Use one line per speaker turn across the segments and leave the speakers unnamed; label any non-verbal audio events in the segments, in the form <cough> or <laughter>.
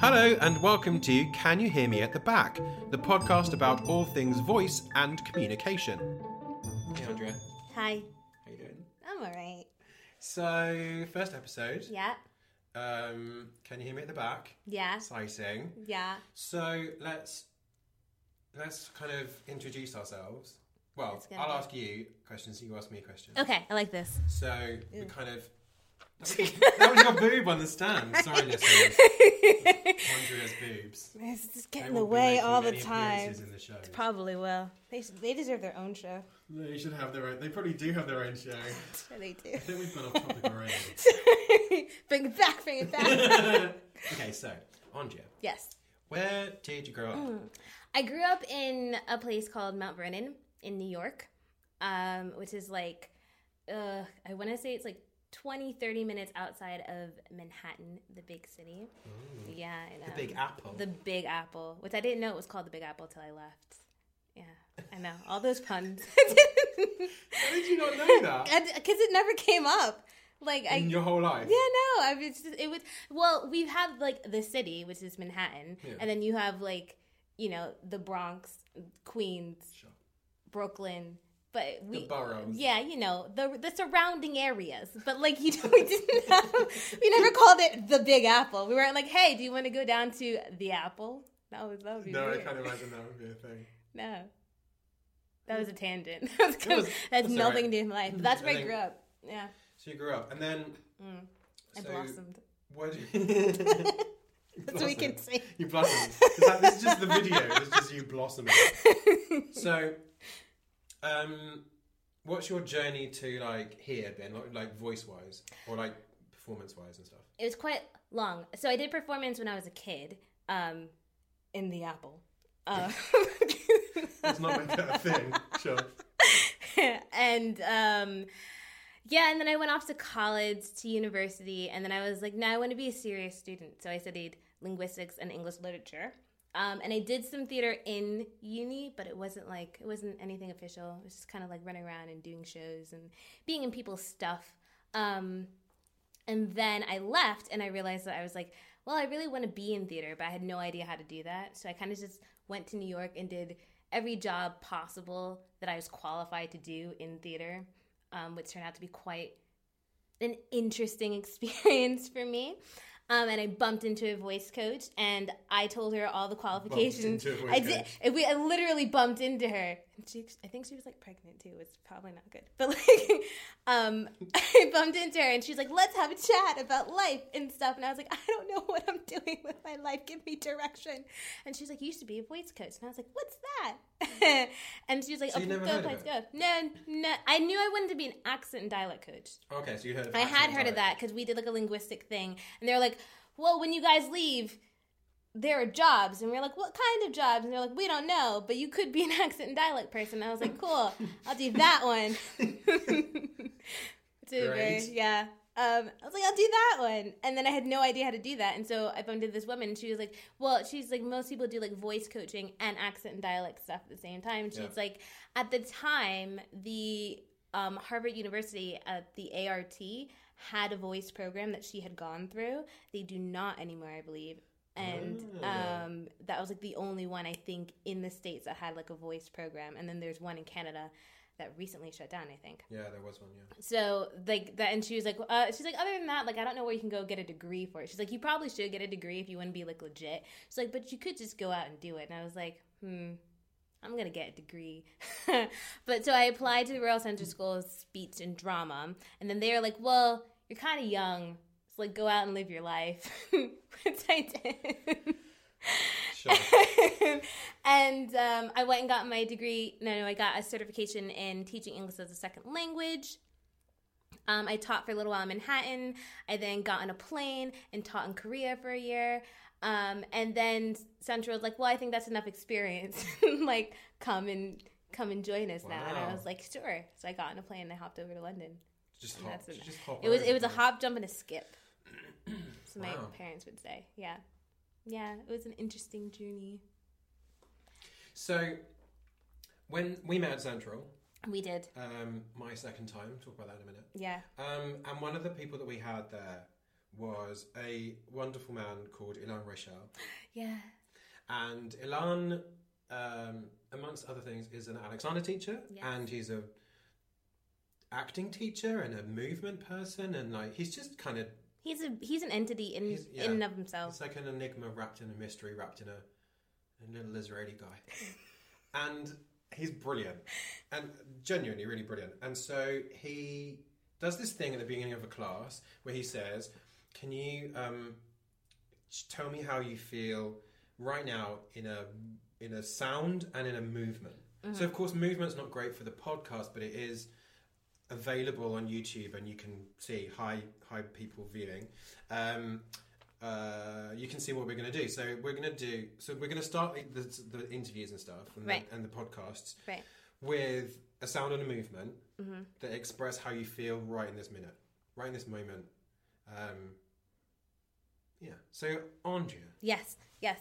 Hello, and welcome to Can You Hear Me at the Back, the podcast about all things voice and communication. Hey, Andrea.
Hi.
How you doing?
I'm alright.
So, first episode.
Yeah.
Um, can you hear me at the back?
Yeah.
Exciting.
Yeah.
So let's let's kind of introduce ourselves. Well,
That's good.
I'll ask you questions. You ask me questions.
Okay, I like this.
So we kind of.
<laughs>
That was your boob on the stand. Sorry, listeners. Andrea's boobs.
It's just
They
getting in the
won't be
way
making
all the
many
time.
appearances In the show.
Probably will. They, sh- they deserve their own show.
They should have their own. They probably do have their own show.
Sure they <laughs>
I think we've gone off <laughs> topic already.
do. bring it back, bring
<laughs>
it back.
okay, so Andrea,
yes.
where did you grow up?
Hmm. I grew up in a place called Mount Vernon in New York, um, which is like, uh, I want to say it's like 20, 30 minutes outside of Manhattan, the big city. Yeah, I know.
Mm. The Big Apple.
The Big Apple, which I didn't know it was called the Big Apple till I left. Yeah, I know all those puns <laughs>
How did you not know that
because it never came up. <laughs> Like I,
in your whole life?
yeah, no, I was just, it was well, we have like the city, which is Manhattan,
Yeah.
and then you have like you know the Bronx, Queens,
Sure.
Brooklyn. But we,
The boroughs.
yeah, you know the the surrounding areas, but like you know, <laughs> we didn't have, we never called it the Big Apple. We weren't like, hey, do you want to go down to the Apple? That was that would be
No, I
weird.
can't imagine that would be a thing.
No. That was a tangent. <laughs> That was kind of-
was-
that's
that's all
nothing
right.
to do with life. But that's
I
where I
think-
grew up. Yeah.
So you grew up, and then
Mm. I
so
blossomed.
<laughs>
<laughs>
What? You... <laughs>
That's what we can
blossomed.
say.
You blossomed. It's like, this is just the video. It's just you
<laughs>
blossoming. So, um, what's your journey to like here then, like, like voice wise or like performance wise and stuff?
It was quite long. So I did performance when I was a kid. Um, in the apple. Uh, <laughs>
Let's not make that a thing. Sure.
<laughs> and um yeah, and then I went off to college, to university, and then I was like, no, I want to be a serious student. So I studied linguistics and English literature. Um, and I did some theater in uni, but it wasn't like, it wasn't anything official. It was just kind of like running around and doing shows and being in people's stuff. Um, and then I left and I realized that I was like, well, I really want to be in theater, but I had no idea how to do that. So I kind of just went to New York and did every job possible that I was qualified to do in theater, um, which turned out to be quite an interesting <laughs> experience for me. Um, and I bumped into a voice coach, and I told her all the qualifications.
into a voice
I did.
coach.
and We, I literally bumped into her. And she, I think she was like pregnant too. It's probably not good, but like, <laughs> um, I bumped into her, and she's like, "Let's have a chat about life and stuff." And I was like, "I don't know what I'm <laughs> doing with my life. Give me direction." And she's like, "You should be a voice coach." And I was like, "What's that?" <laughs> and she was like,
So you
"Oh,
never
go,
heard of
please
it?
go." No, no. I knew I wanted to be an accent and dialect coach.
Okay, so you heard. Of
I had
accent
heard of that because we did like a linguistic thing, and they're like, "Well, when you guys leave, there are jobs," and we're like, "What kind of jobs?" And they're like, "We don't know, but you could be an <laughs> accent and dialect person." And I was like, "Cool, I'll do that one." <laughs> Super,
Great.
yeah. Um, I was like, "I'll do that one," and then I had no idea how to do that, and so I bumped into this woman. And she was like, "Well, she's like most people do like voice coaching and accent and dialect stuff at the same time." And she's
Yeah.
like, at the time, the um, Harvard University at the ART had a voice program that she had gone through. They do not anymore, I believe. And
Oh.
um, that was like the only one I think in the states that had like a voice program. And then there's one in Canada that recently shut down, I think.
Yeah, there was
<laughs>
one. Yeah.
So like that, and she was like, uh, she's like, other than that, like I don't know where you can go get a degree for it. She's like, you probably should get a degree if you want to be like legit. She's like, but you could just go out and do it. And I was like, hmm, I'm gonna get a degree. <laughs> but so I applied to the Royal Central School of Speech and Drama, and then they were like, well, you're kind of young, so like go out and live your life. <laughs> Which I did.
Sure.
<laughs> and um, I went and got my degree. No, no, I got a certification in teaching English as a second language. Um, I taught for a little while in Manhattan. I then got on a plane and taught in Korea for a year. Um, and then Central was like, "Well, I think that's enough experience. <laughs> like, come and come and join us now." And
Wow.
I was like, "Sure." So I got on a plane and I hopped over to London.
just
And
hop.
that's it.
Just hop
It was
over
it was a
there.
hop, jump, and
<clears throat>
a skip. So my
Wow.
parents would say, "Yeah, yeah." It was an interesting journey.
So when we met at Central,
We did.
um, my second time. Talk about that in a minute.
Yeah.
Um, and one of the people that we had there was a wonderful man called Ilan Rachel.
Yeah.
And Ilan, um, amongst other things, is an Alexander teacher,
Yes.
and he's a acting teacher and a movement person, and like he's just kind of
He's a he's an entity in
He's- yeah.
in and of himself.
it's like an enigma wrapped in a mystery, wrapped in a, a little Israeli guy, and he's brilliant, and genuinely really brilliant. And so he does this thing at the beginning of a class where he says, "Can you um, sh- tell me how you feel right now in a in a sound and in a movement?" So of course, movement's not great for the podcast, but it is available on YouTube, and you can see high high people viewing. Um, uh, you can see what we're going to do. So we're going to do. So we're going to start the, the interviews and stuff, and,
Right.
the, and the podcasts
Right.
with a sound and a movement
Mm-hmm.
that express how you feel right in this minute, right in this moment. Um, yeah. So Andrea,
Yes. Yes.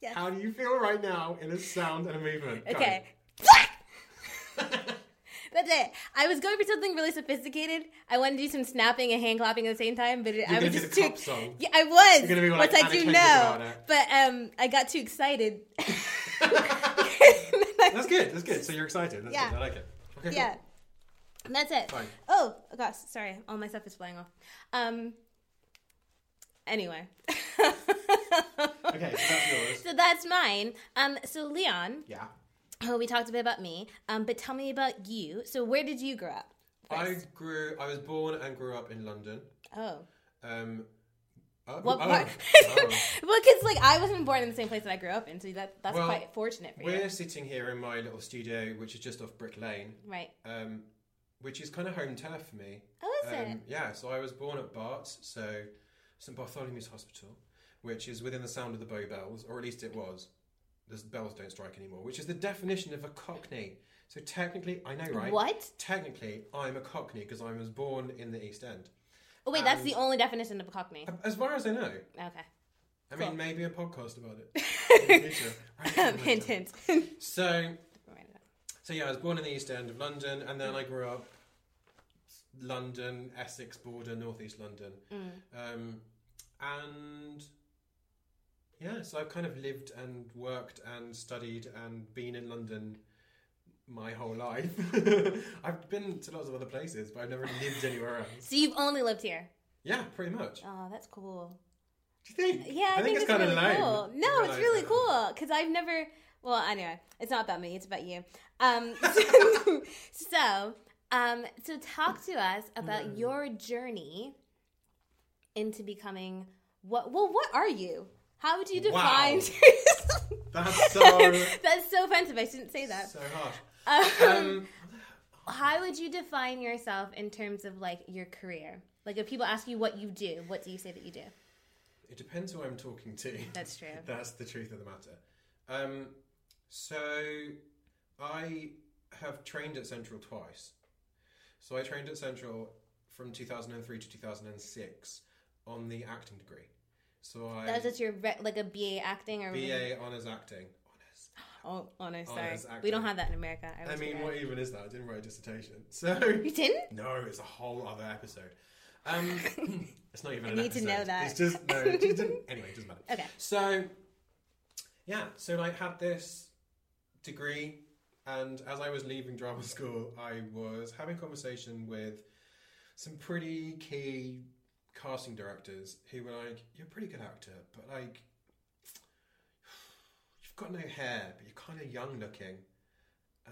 Yes.
how do you feel right now in a sound and a movement? Go. <laughs>
Okay. That's it. I was going for something really sophisticated. I wanted to do some snapping and hand clapping at the same time, but it, I
You're
was
going to do
just
the
too.
cop song.
Yeah, I was.
You're gonna be like
once I
Anna
do
Kendrick
know,
about it.
but um, I got too excited.
<laughs>
<laughs>
That's good. That's good. So you're excited. That's
Yeah.
good. I like it. Okay. cool.
yeah, And that's it.
Fine.
Oh, oh gosh, sorry, all my stuff is flying off. Um. Anyway. <laughs>
Okay. So that's yours.
So that's mine. Um. So Leon,
Yeah.
oh, we talked a bit about me. Um. But tell me about you. So where did you grow up?
I grew. I was born and grew up in London.
Oh.
Um, oh,
What
oh,
part? <laughs>
oh.
well, because like I wasn't born in the same place that I grew up in, so that that's
Well,
quite fortunate for you,
We're sitting here in my little studio, which is just off Brick Lane,
right?
um, which is kind of home turf for me.
Oh, is it?
Um, yeah, so I was born at Bart's, so St Bartholomew's Hospital, which is within the sound of the Bow Bells, or at least it was. The bells don't strike anymore, which is the definition of a Cockney. So technically, I know, right?
What?
Technically, I'm a Cockney because I was born in the East End,
Oh wait, that's
And-
the only definition of a cockney.
as far as I know.
Okay.
I
Cool.
mean, maybe a podcast about it. <laughs> in the future.
<laughs> hint, hint.
So,
Right, right.
so yeah, I was born in the East End of London, and then I grew up London, Essex border, northeast London,
Mm.
um, and yeah, so I've kind of lived and worked and studied and been in London my whole life. <laughs> I've been to lots of other places, but I've never lived anywhere else.
So you've only lived here.
Yeah, pretty much. Do
Oh, that's cool.
you think?
Yeah, I, think, it's,
kinda
really
lame.
cool. No,
We're
it's
like,
really
uh,
cool because I've never. Well, anyway, it's not about me. It's about you.
<laughs>
Um, <laughs> so, so, um, so talk to us about
Mm.
your journey into becoming what? Well, what are you? How would you
Wow. <laughs>
define?
That's
<laughs>
so
That's so offensive. I shouldn't
<laughs>
say that.
so harsh.
Um,
Um,
how would you define yourself in terms of like your career? Like if people ask you what you do, what do you say that you do?
it depends who I'm talking to.
<laughs> That's true.
<laughs> That's the truth of the matter. Um, so I have trained at Central twice. So I trained at Central from 2003 to 2006 on the acting degree. So I
That was just your re- like a BA acting or
BA honors acting. Honors.
Oh, honor, sorry.
Honors
we don't
acting.
have that in America. I,
I
was
mean,
right.
what even is that? I didn't write a dissertation. <laughs> So
you didn't?
No, it's a whole other episode.
<laughs>
Um, it's not even. I an
need to
episode.
know that.
It's just no. It just didn't, anyway, it doesn't matter.
Okay.
So, yeah. So like, had this degree, and as I was leaving drama school, I was having conversation with some pretty key casting directors who were like, "You're a pretty good actor, but like, you've got no hair, but you're kind of young looking,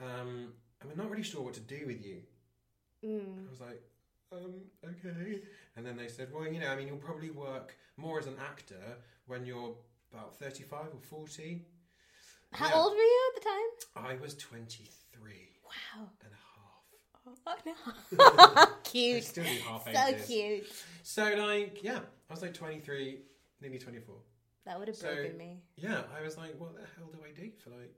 um, and we're not really sure what to do with you."
Mm.
I was like, um, okay. And then they said, well, you know, I mean, you'll probably work more as an actor when you're about 35 or 40.
How
Yeah.
old were you at the time?
I was 23
Wow.
and a half.
Oh, no.
It's
<laughs> cute.
still be half
So
ages.
cute.
So, like, yeah, I was like 23, nearly 24.
That would have
So-
broken me.
Yeah, I was like, what the hell do I do for like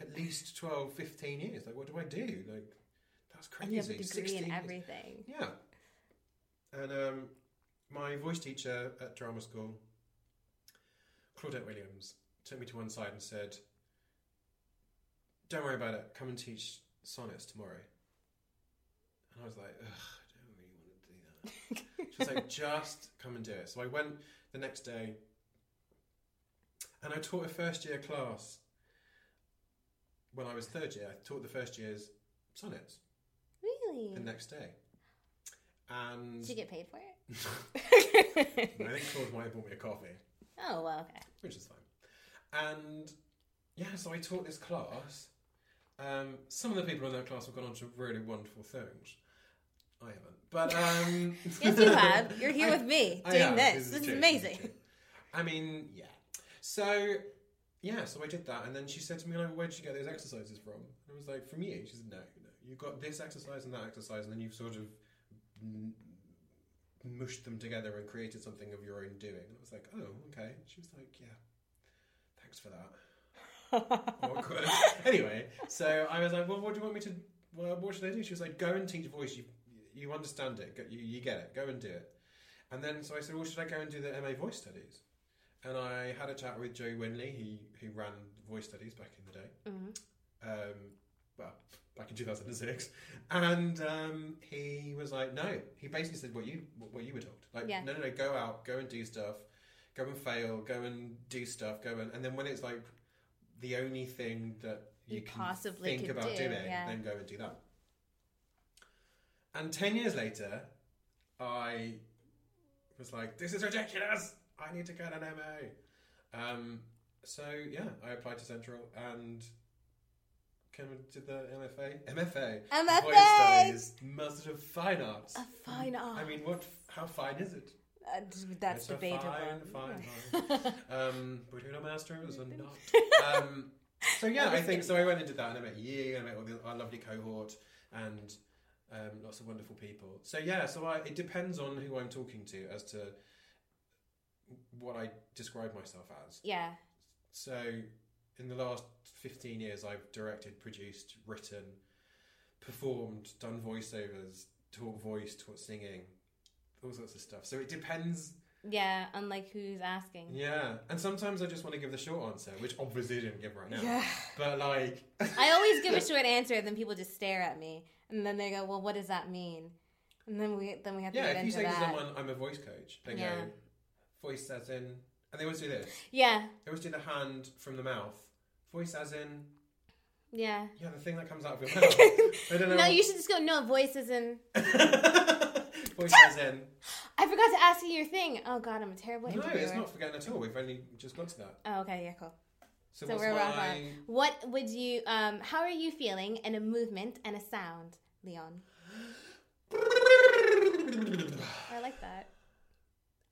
at least 12, 15 years? Like, what do I do? Like, that's
And you have
crazy.
a degree
16
in
years.
everything.
<laughs>
<laughs>
Yeah. And um, my voice teacher at drama school, Claudette Williams, took me to one side and said, Don't worry about it, come and teach sonnets tomorrow. And I was like, Ugh, I don't really want to do that. She was like, just come and do it. So I went the next day and I taught a first year class when I was third year. I taught the first year's sonnets
Really?
the next day. And
Did you get paid
<laughs>
for it?
I think Claude might have bought me a coffee.
oh, well, okay.
which is fine. And yeah, so I taught this class. Um, some of the people in that class have gone on to really wonderful things. I haven't, but um,
Yes, you have. You're
<laughs>
here
I-
with me
I
doing
have.
this. This, is
true,
amazing. <laughs>
true. I mean, yeah. So yeah, so I did that, and then she said to me, like, "Where did you get those exercises from?" And I was like, "From you." She said, "No, no, you got this exercise and that exercise, and then you've sort of." mm, Mushed them together and created something of your own doing. And I was like, oh, okay. She was like, yeah, thanks for that. awkward. <laughs> anyway, so I was like, "Well, what do you want me to? Well, what should I do?" She was like, "Go and teach voice. You you understand it. Go, you, you get it. Go and do it." And then so I said, "Well, should I go and do the MA voice studies?" And I had a chat with Joe Winley, who who ran voice studies back in the day.
Mhm.
Um, well, back in two thousand and six, and um, he was like, "No." He basically said what you what you were told. Like,
Yeah.
"No, no, no. Go out. Go and do stuff." Go and fail, go and do stuff, go and, and then when it's like the only thing that you,
You
can
possibly
think
could
about
do,
doing,
yeah.
then go and do that. And ten years later, I was like, "This is ridiculous! I need to get an MA." Um, so yeah, I applied to Central and came and did the MFA. MFA.
MFA!
Voice Studies, Master of Fine Arts.
A fine art.
I mean, what? How fine is it?
Uh, that's
It's a
debatable.
Fine, fine, fine. um, but you're not masters or not. Um, so yeah, I think so. I went and did that, and I met you, and I met all the, our lovely cohort, and um, lots of wonderful people. So yeah, so I, it depends on who I'm talking to as to what I describe myself as.
<laughs> Yeah.
So in the last 15 years, I've directed, produced, written, performed, done voiceovers, taught voice, taught singing, all sorts of stuff. So it depends
Yeah, unlike who's asking.
yeah, and sometimes I just want to give the short answer, which obviously I didn't give right now.
Yeah.
But like,
<laughs> I always give a short answer, and then people just stare at me, and then they go, "Well, what does that mean?" And then we then we have
<laughs>
to
yeah,
get
if you say to
into that.
someone, "I'm a voice coach," they
Yeah.
go, "Voice as in," and they always do this.
Yeah,
They always do the hand from the mouth. Voice as in,
yeah.
yeah, the thing that comes out of your
<laughs>
mouth. I don't know.
No,
<laughs>
you should just go. No voices and
voice as in.
<laughs> I forgot to ask you your thing. Oh God, I'm a terrible
No,
interviewer.
it's not forgotten at all. We've only just got to that.
Oh, okay, yeah, cool.
So,
So
what's
we're
my?
off on. What would you? Um, how are you feeling in a movement and a sound, Leon?
<laughs>
I like that.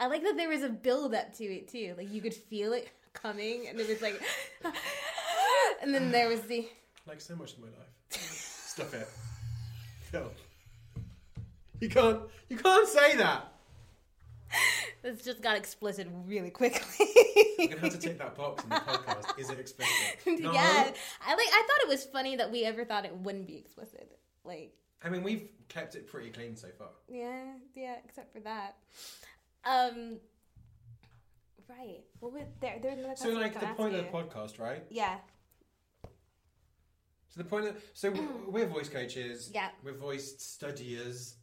I like that there was a build up to it too. Like you could feel it coming, and it was like, <laughs> and then there was the.
like so much in my life. <laughs> Stop it. Phil. You can't you can't say that.
This just got explicit
<laughs>
really quickly.
You're gonna have to take that box in the podcast. Is it
<laughs>
explicit? No.
Yeah, I like. I thought it was funny that we ever thought it wouldn't be explicit. Like,
I mean we've kept it pretty clean so far.
yeah, yeah, except for that. Um, right. What would there? There another
So
question I
like
was
the
gonna
point
ask
of the
you.
podcast, right?
Yeah,
So the point of so
<clears throat>
we're voice coaches.
Yeah.
We're voice studiers.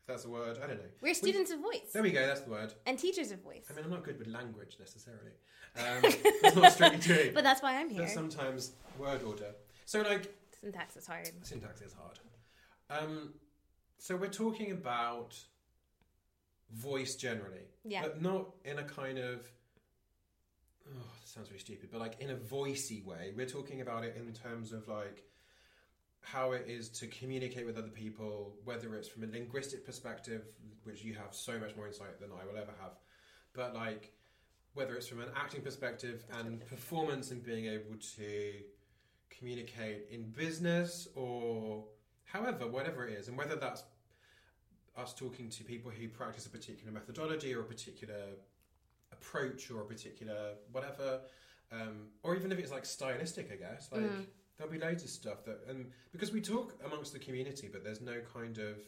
If that's a word, I don't know.
we're students of voice
There we go. That's the word.
and teachers of voice,
I mean, I'm not good with language necessarily. Um, that's not strictly true.
<laughs> but that's why I'm here.
But sometimes word order. So like
Syntax is hard.
syntax is hard. Um, so we're talking about voice generally,
Yeah.
but not in a kind of oh, that sounds really stupid, but like in a voicey way. We're talking about it in terms of like how it is to communicate with other people, whether it's from a linguistic perspective, which you have so much more insight than I will ever have, but like whether it's from an acting perspective and performance and being able to communicate in business or however, whatever it is, and whether that's us talking to people who practice a particular methodology or a particular approach or a particular whatever, um, or even if it's like stylistic, I guess, like
Mm.
there'll be loads of stuff that, and because we talk amongst the community, but there's no kind of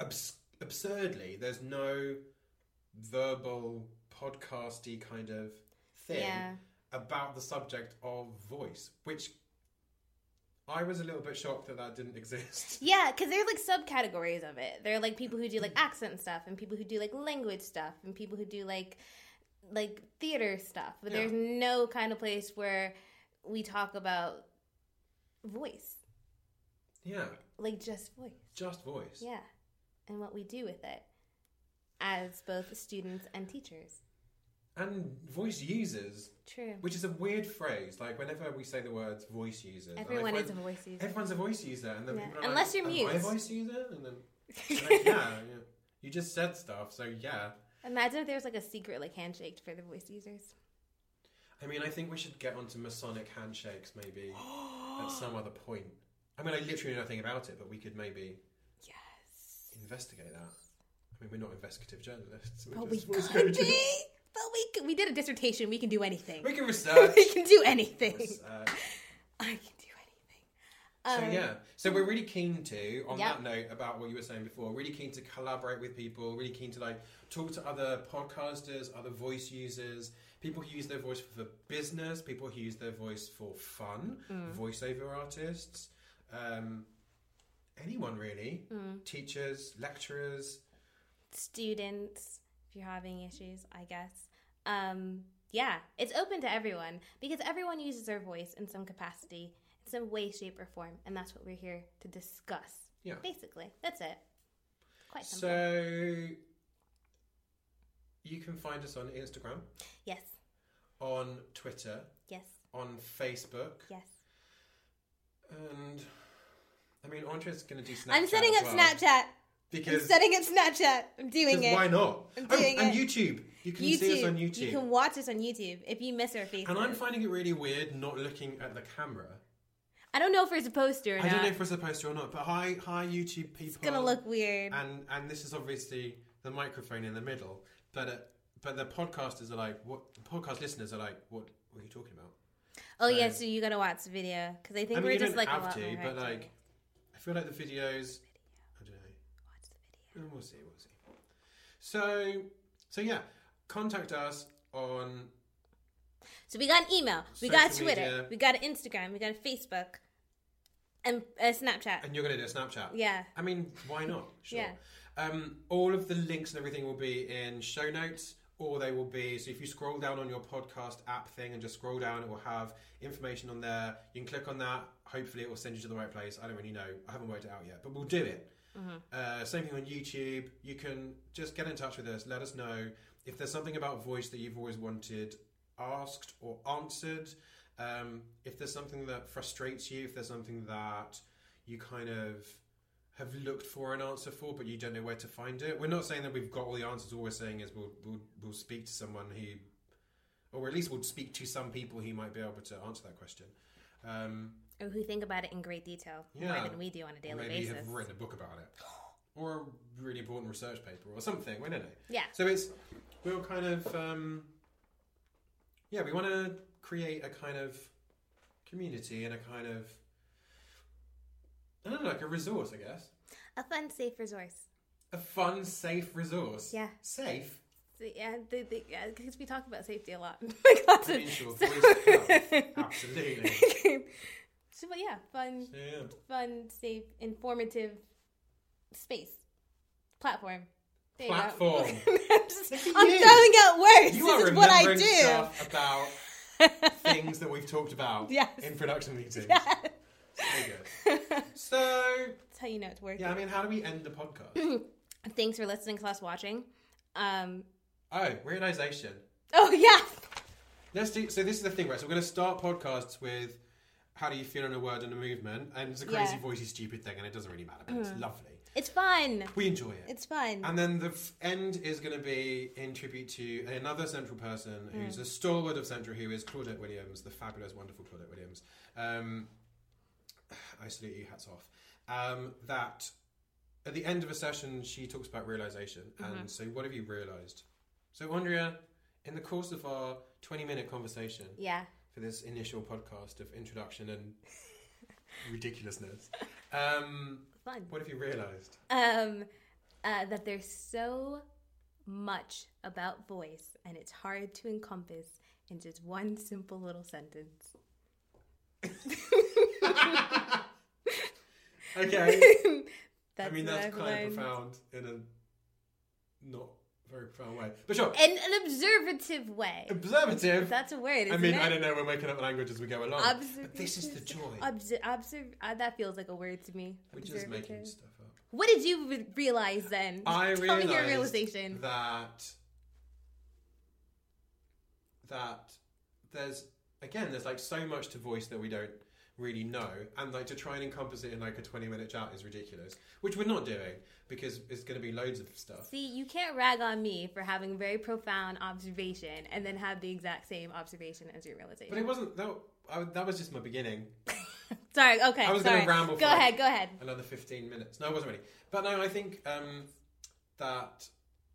abs- absurdly, there's no verbal podcasty kind of thing
Yeah.
about the subject of voice, which I was a little bit shocked that that didn't <laughs>
<laughs>
exist.
Yeah, because there's like subcategories of it. There are like people who do like accent stuff, and people who do like language stuff, and people who do like like theater stuff. But
Yeah.
there's no kind of place where we talk about voice,
Yeah,
like just voice.
just voice.
Yeah, and what we do with it as both students and teachers.
And voice users,
True.
which is a weird phrase. Like whenever we say the words voice users, I
Everyone
find-
is a voice user.
Everyone's a voice user, and then
Yeah.
people are
Unless
like,
you're
"Am I a
mute."
voice user, and then
<laughs>
like, yeah, yeah, you just said stuff, so yeah.
Imagine if there's like a secret like handshake for the voice users.
I mean, I think we should get onto Masonic handshakes
<gasps>
maybe at some other point. I mean, I literally know nothing about it, but we could maybe
Yes.
investigate that. I mean, we're not investigative journalists. we're
But we
just voice
could
coaches.
be. But we could, we did a dissertation. We can do anything.
We can <laughs> research. uh,
we can do <laughs> anything.
research.
I can do
So
anything. Um,
yeah, so we're really keen to, on
Yeah.
that note about what you were saying before, really keen to collaborate with people, really keen to like talk to other podcasters, other voice users, people who use their voice for business, people who use their voice for fun,
Mm.
voiceover artists, um, anyone really,
Mm.
teachers, lecturers.
Students, if you're having issues, I guess. Um, yeah, it's open to everyone because everyone uses their voice in some capacity, in some way, shape, or form, and that's what we're here to discuss.
Yeah.
Basically, that's it. Quite simple.
So you can find us on Instagram,
yes,
on Twitter,
yes,
on Facebook.
yes.
And I mean, Andre's going to do Snapchat.
I'm setting
as
up
well,
Snapchat. I'm
because
setting up Snapchat. I'm doing
because
it.
why not?
I'm
Oh,
doing
and
it.
YouTube. You can see us on YouTube.
You can watch us on YouTube if you miss our faces.
And I'm finding it really weird not looking at the camera.
I don't know if we're supposed to or
I
not.
don't know if we're supposed to or not, but hi, hi, YouTube people.
it's gonna look weird.
And and this is obviously the microphone in the middle, but uh, but the podcasters are like, what? Podcast listeners are like, what? What are you talking about?
oh yeah,
so-
so you gotta watch the video because I think
I mean,
we're
you
just
don't
like a
have
lot
to,
more
but
active.
like, I feel like the videos. I don't know.
Watch the video.
And we'll see, we'll see. So, so yeah, contact us on
So we got an email, we got
Social
Twitter,
media.
we got an Instagram, we got a Facebook, and a Snapchat.
and you're going to do a Snapchat.
yeah,
I mean, why not? Sure.
Yeah.
Um, all of the links and everything will be in show notes, or they will be. So if you scroll down on your podcast app thing and just scroll down, it will have information on there. You can click on that. Hopefully, it will send you to the right place. I don't really know. I haven't worked it out yet, but we'll do it. Uh, same thing on YouTube. You can just get in touch with us. Let us know if there's something about voice that you've always wanted asked or answered. Um, if there's something that frustrates you, if there's something that you kind of have looked for an answer for, but you don't know where to find it. We're not saying that we've got all the answers. All we're saying is we'll we'll, we'll speak to someone who, or at least we'll speak to some people who might be able to answer that question. Um,
or Oh, who think about it in great detail
Yeah.
more than we do on a
or
daily
maybe you
basis.
have written a book about it, <gasps> or a really important research paper, or something. We don't know.
Yeah,
So it's we'll kind of um, yeah, we want to create a kind of community and a kind of I don't know, like a resource, I guess,
a fun, safe resource.
a fun, safe resource.
Yeah. <laughs>
safe.
So, yeah, the, the, yeah, because we talk about safety a lot. <laughs>
I mean, sure,
So-
voice health,
<laughs>
absolutely.
so, but yeah, fun,
So, yeah.
fun, safe, informative space platform. There you go.
Platform.
<laughs> I'm, just-
Look at
I'm
you.
throwing out words.
You
this
are
is what I
remembering
do.
stuff about
<laughs>
things that we've talked about
Yes.
in production
<laughs>
meetings.
That's
Very good. So
how you know it's working.
yeah, I mean, how do we end the
<laughs>
podcast?
Thanks for listening, class, watching. Um,
oh, realization.
oh <laughs> yeah,
Let's do. So this is the thing, right? So we're going to start podcasts with how do you feel on a word and a movement, and it's a crazy,
Yeah. Mm.
voicey, stupid thing, and it doesn't really matter, but it's lovely.
it's fun.
We enjoy it.
It's fun.
and then the f- end is going to be in tribute to another Central person who's a stalwart of Central, who is Claudette Williams, the fabulous, wonderful Claudette Williams. Um, I salute you, hats off. Um, that at the end of a session, she talks about realization. And so, what have you realized? So, Andrea, in the course of our 20 minute conversation,
yeah,
for this initial podcast of introduction and <laughs> ridiculousness. Um,
fun.
what have you realised?
Um, uh, that there's so much about voice, and it's hard to <laughs> encompass in just one simple little sentence.
<laughs> okay. I
That's
mean,
what
that's
I've
kind of
learned.
profound in a not very profound way. But sure,
In an observative way.
observative.
That's a word. Isn't
I mean,
it?
I don't know. We're making up language as we go along. But this is the
Observative-
joy.
Obser- observ- uh, that feels like a word to me.
We're just making
Observative.
stuff up.
What did you re- realize then?
I
<laughs> Tell me your
realized
realization.
that that there's again there's like so much to voice that we don't really know and like to try and encompass it in like a 20 minute chat is ridiculous which we're not doing because it's going to be loads of stuff
See, you can't rag on me for having a very profound observation and then have the exact same observation as your
but
realization.
it wasn't that I, that was just my beginning
sorry, okay.
I was
sorry.
gonna ramble
Go
for-
ahead, go ahead.
another 15 minutes no I wasn't ready but no I think um that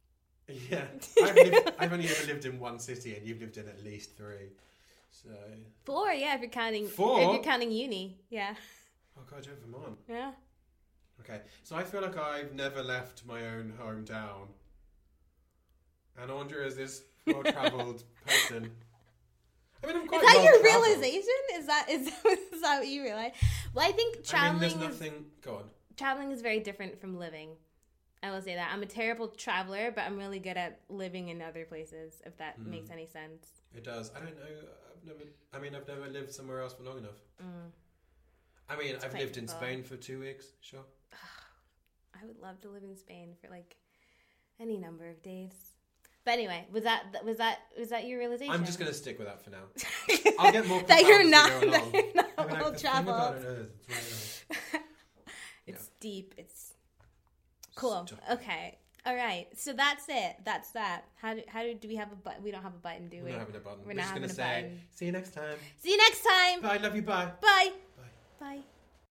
<laughs>
yeah I've, lived, I've only ever lived in one city and you've lived in at least three so
Four, yeah, if you're counting
Four?
if you're counting uni. Yeah.
oh god you're in Vermont
Yeah.
Okay, so I feel like I've never left my own hometown. And Andrea is this well
<laughs>
travelled person. I mean, I'm
Is
quite
that your
well-travelled.
realization? Is that is, is <laughs> that what you realize? Well, I think
I mean,
traveling
there's
is
nothing. Go on.
traveling is very different from living. I will say that I'm a terrible traveler, but I'm really good at living in other places. If that
Hmm.
makes any sense.
It does. I don't know. I've never. I mean, I've never lived somewhere else for long enough. I mean, I've
quite
lived in
difficult.
Spain for two weeks. Sure.
I would love to live in Spain for like any number of days. But anyway, was that was that was that your realization?
I'm just
<laughs>
gonna stick with <laughs> that for now. I'll get more.
that you're
profound
not
as we go
that
along.
you're not
I mean, like,
well
the thing about
traveled.
it is, it's really-
<laughs> It's deep. It's cool.
Stop.
Okay. All right. So that's it. That's that. How do how do, do we have a button? We don't have a button, do
We're
we?
not having a button.
We're
We're,
not
just gonna
having
say,
a button.
see you next time.
See you next time.
Bye. Love you. Bye.
Bye.
Bye.
Bye.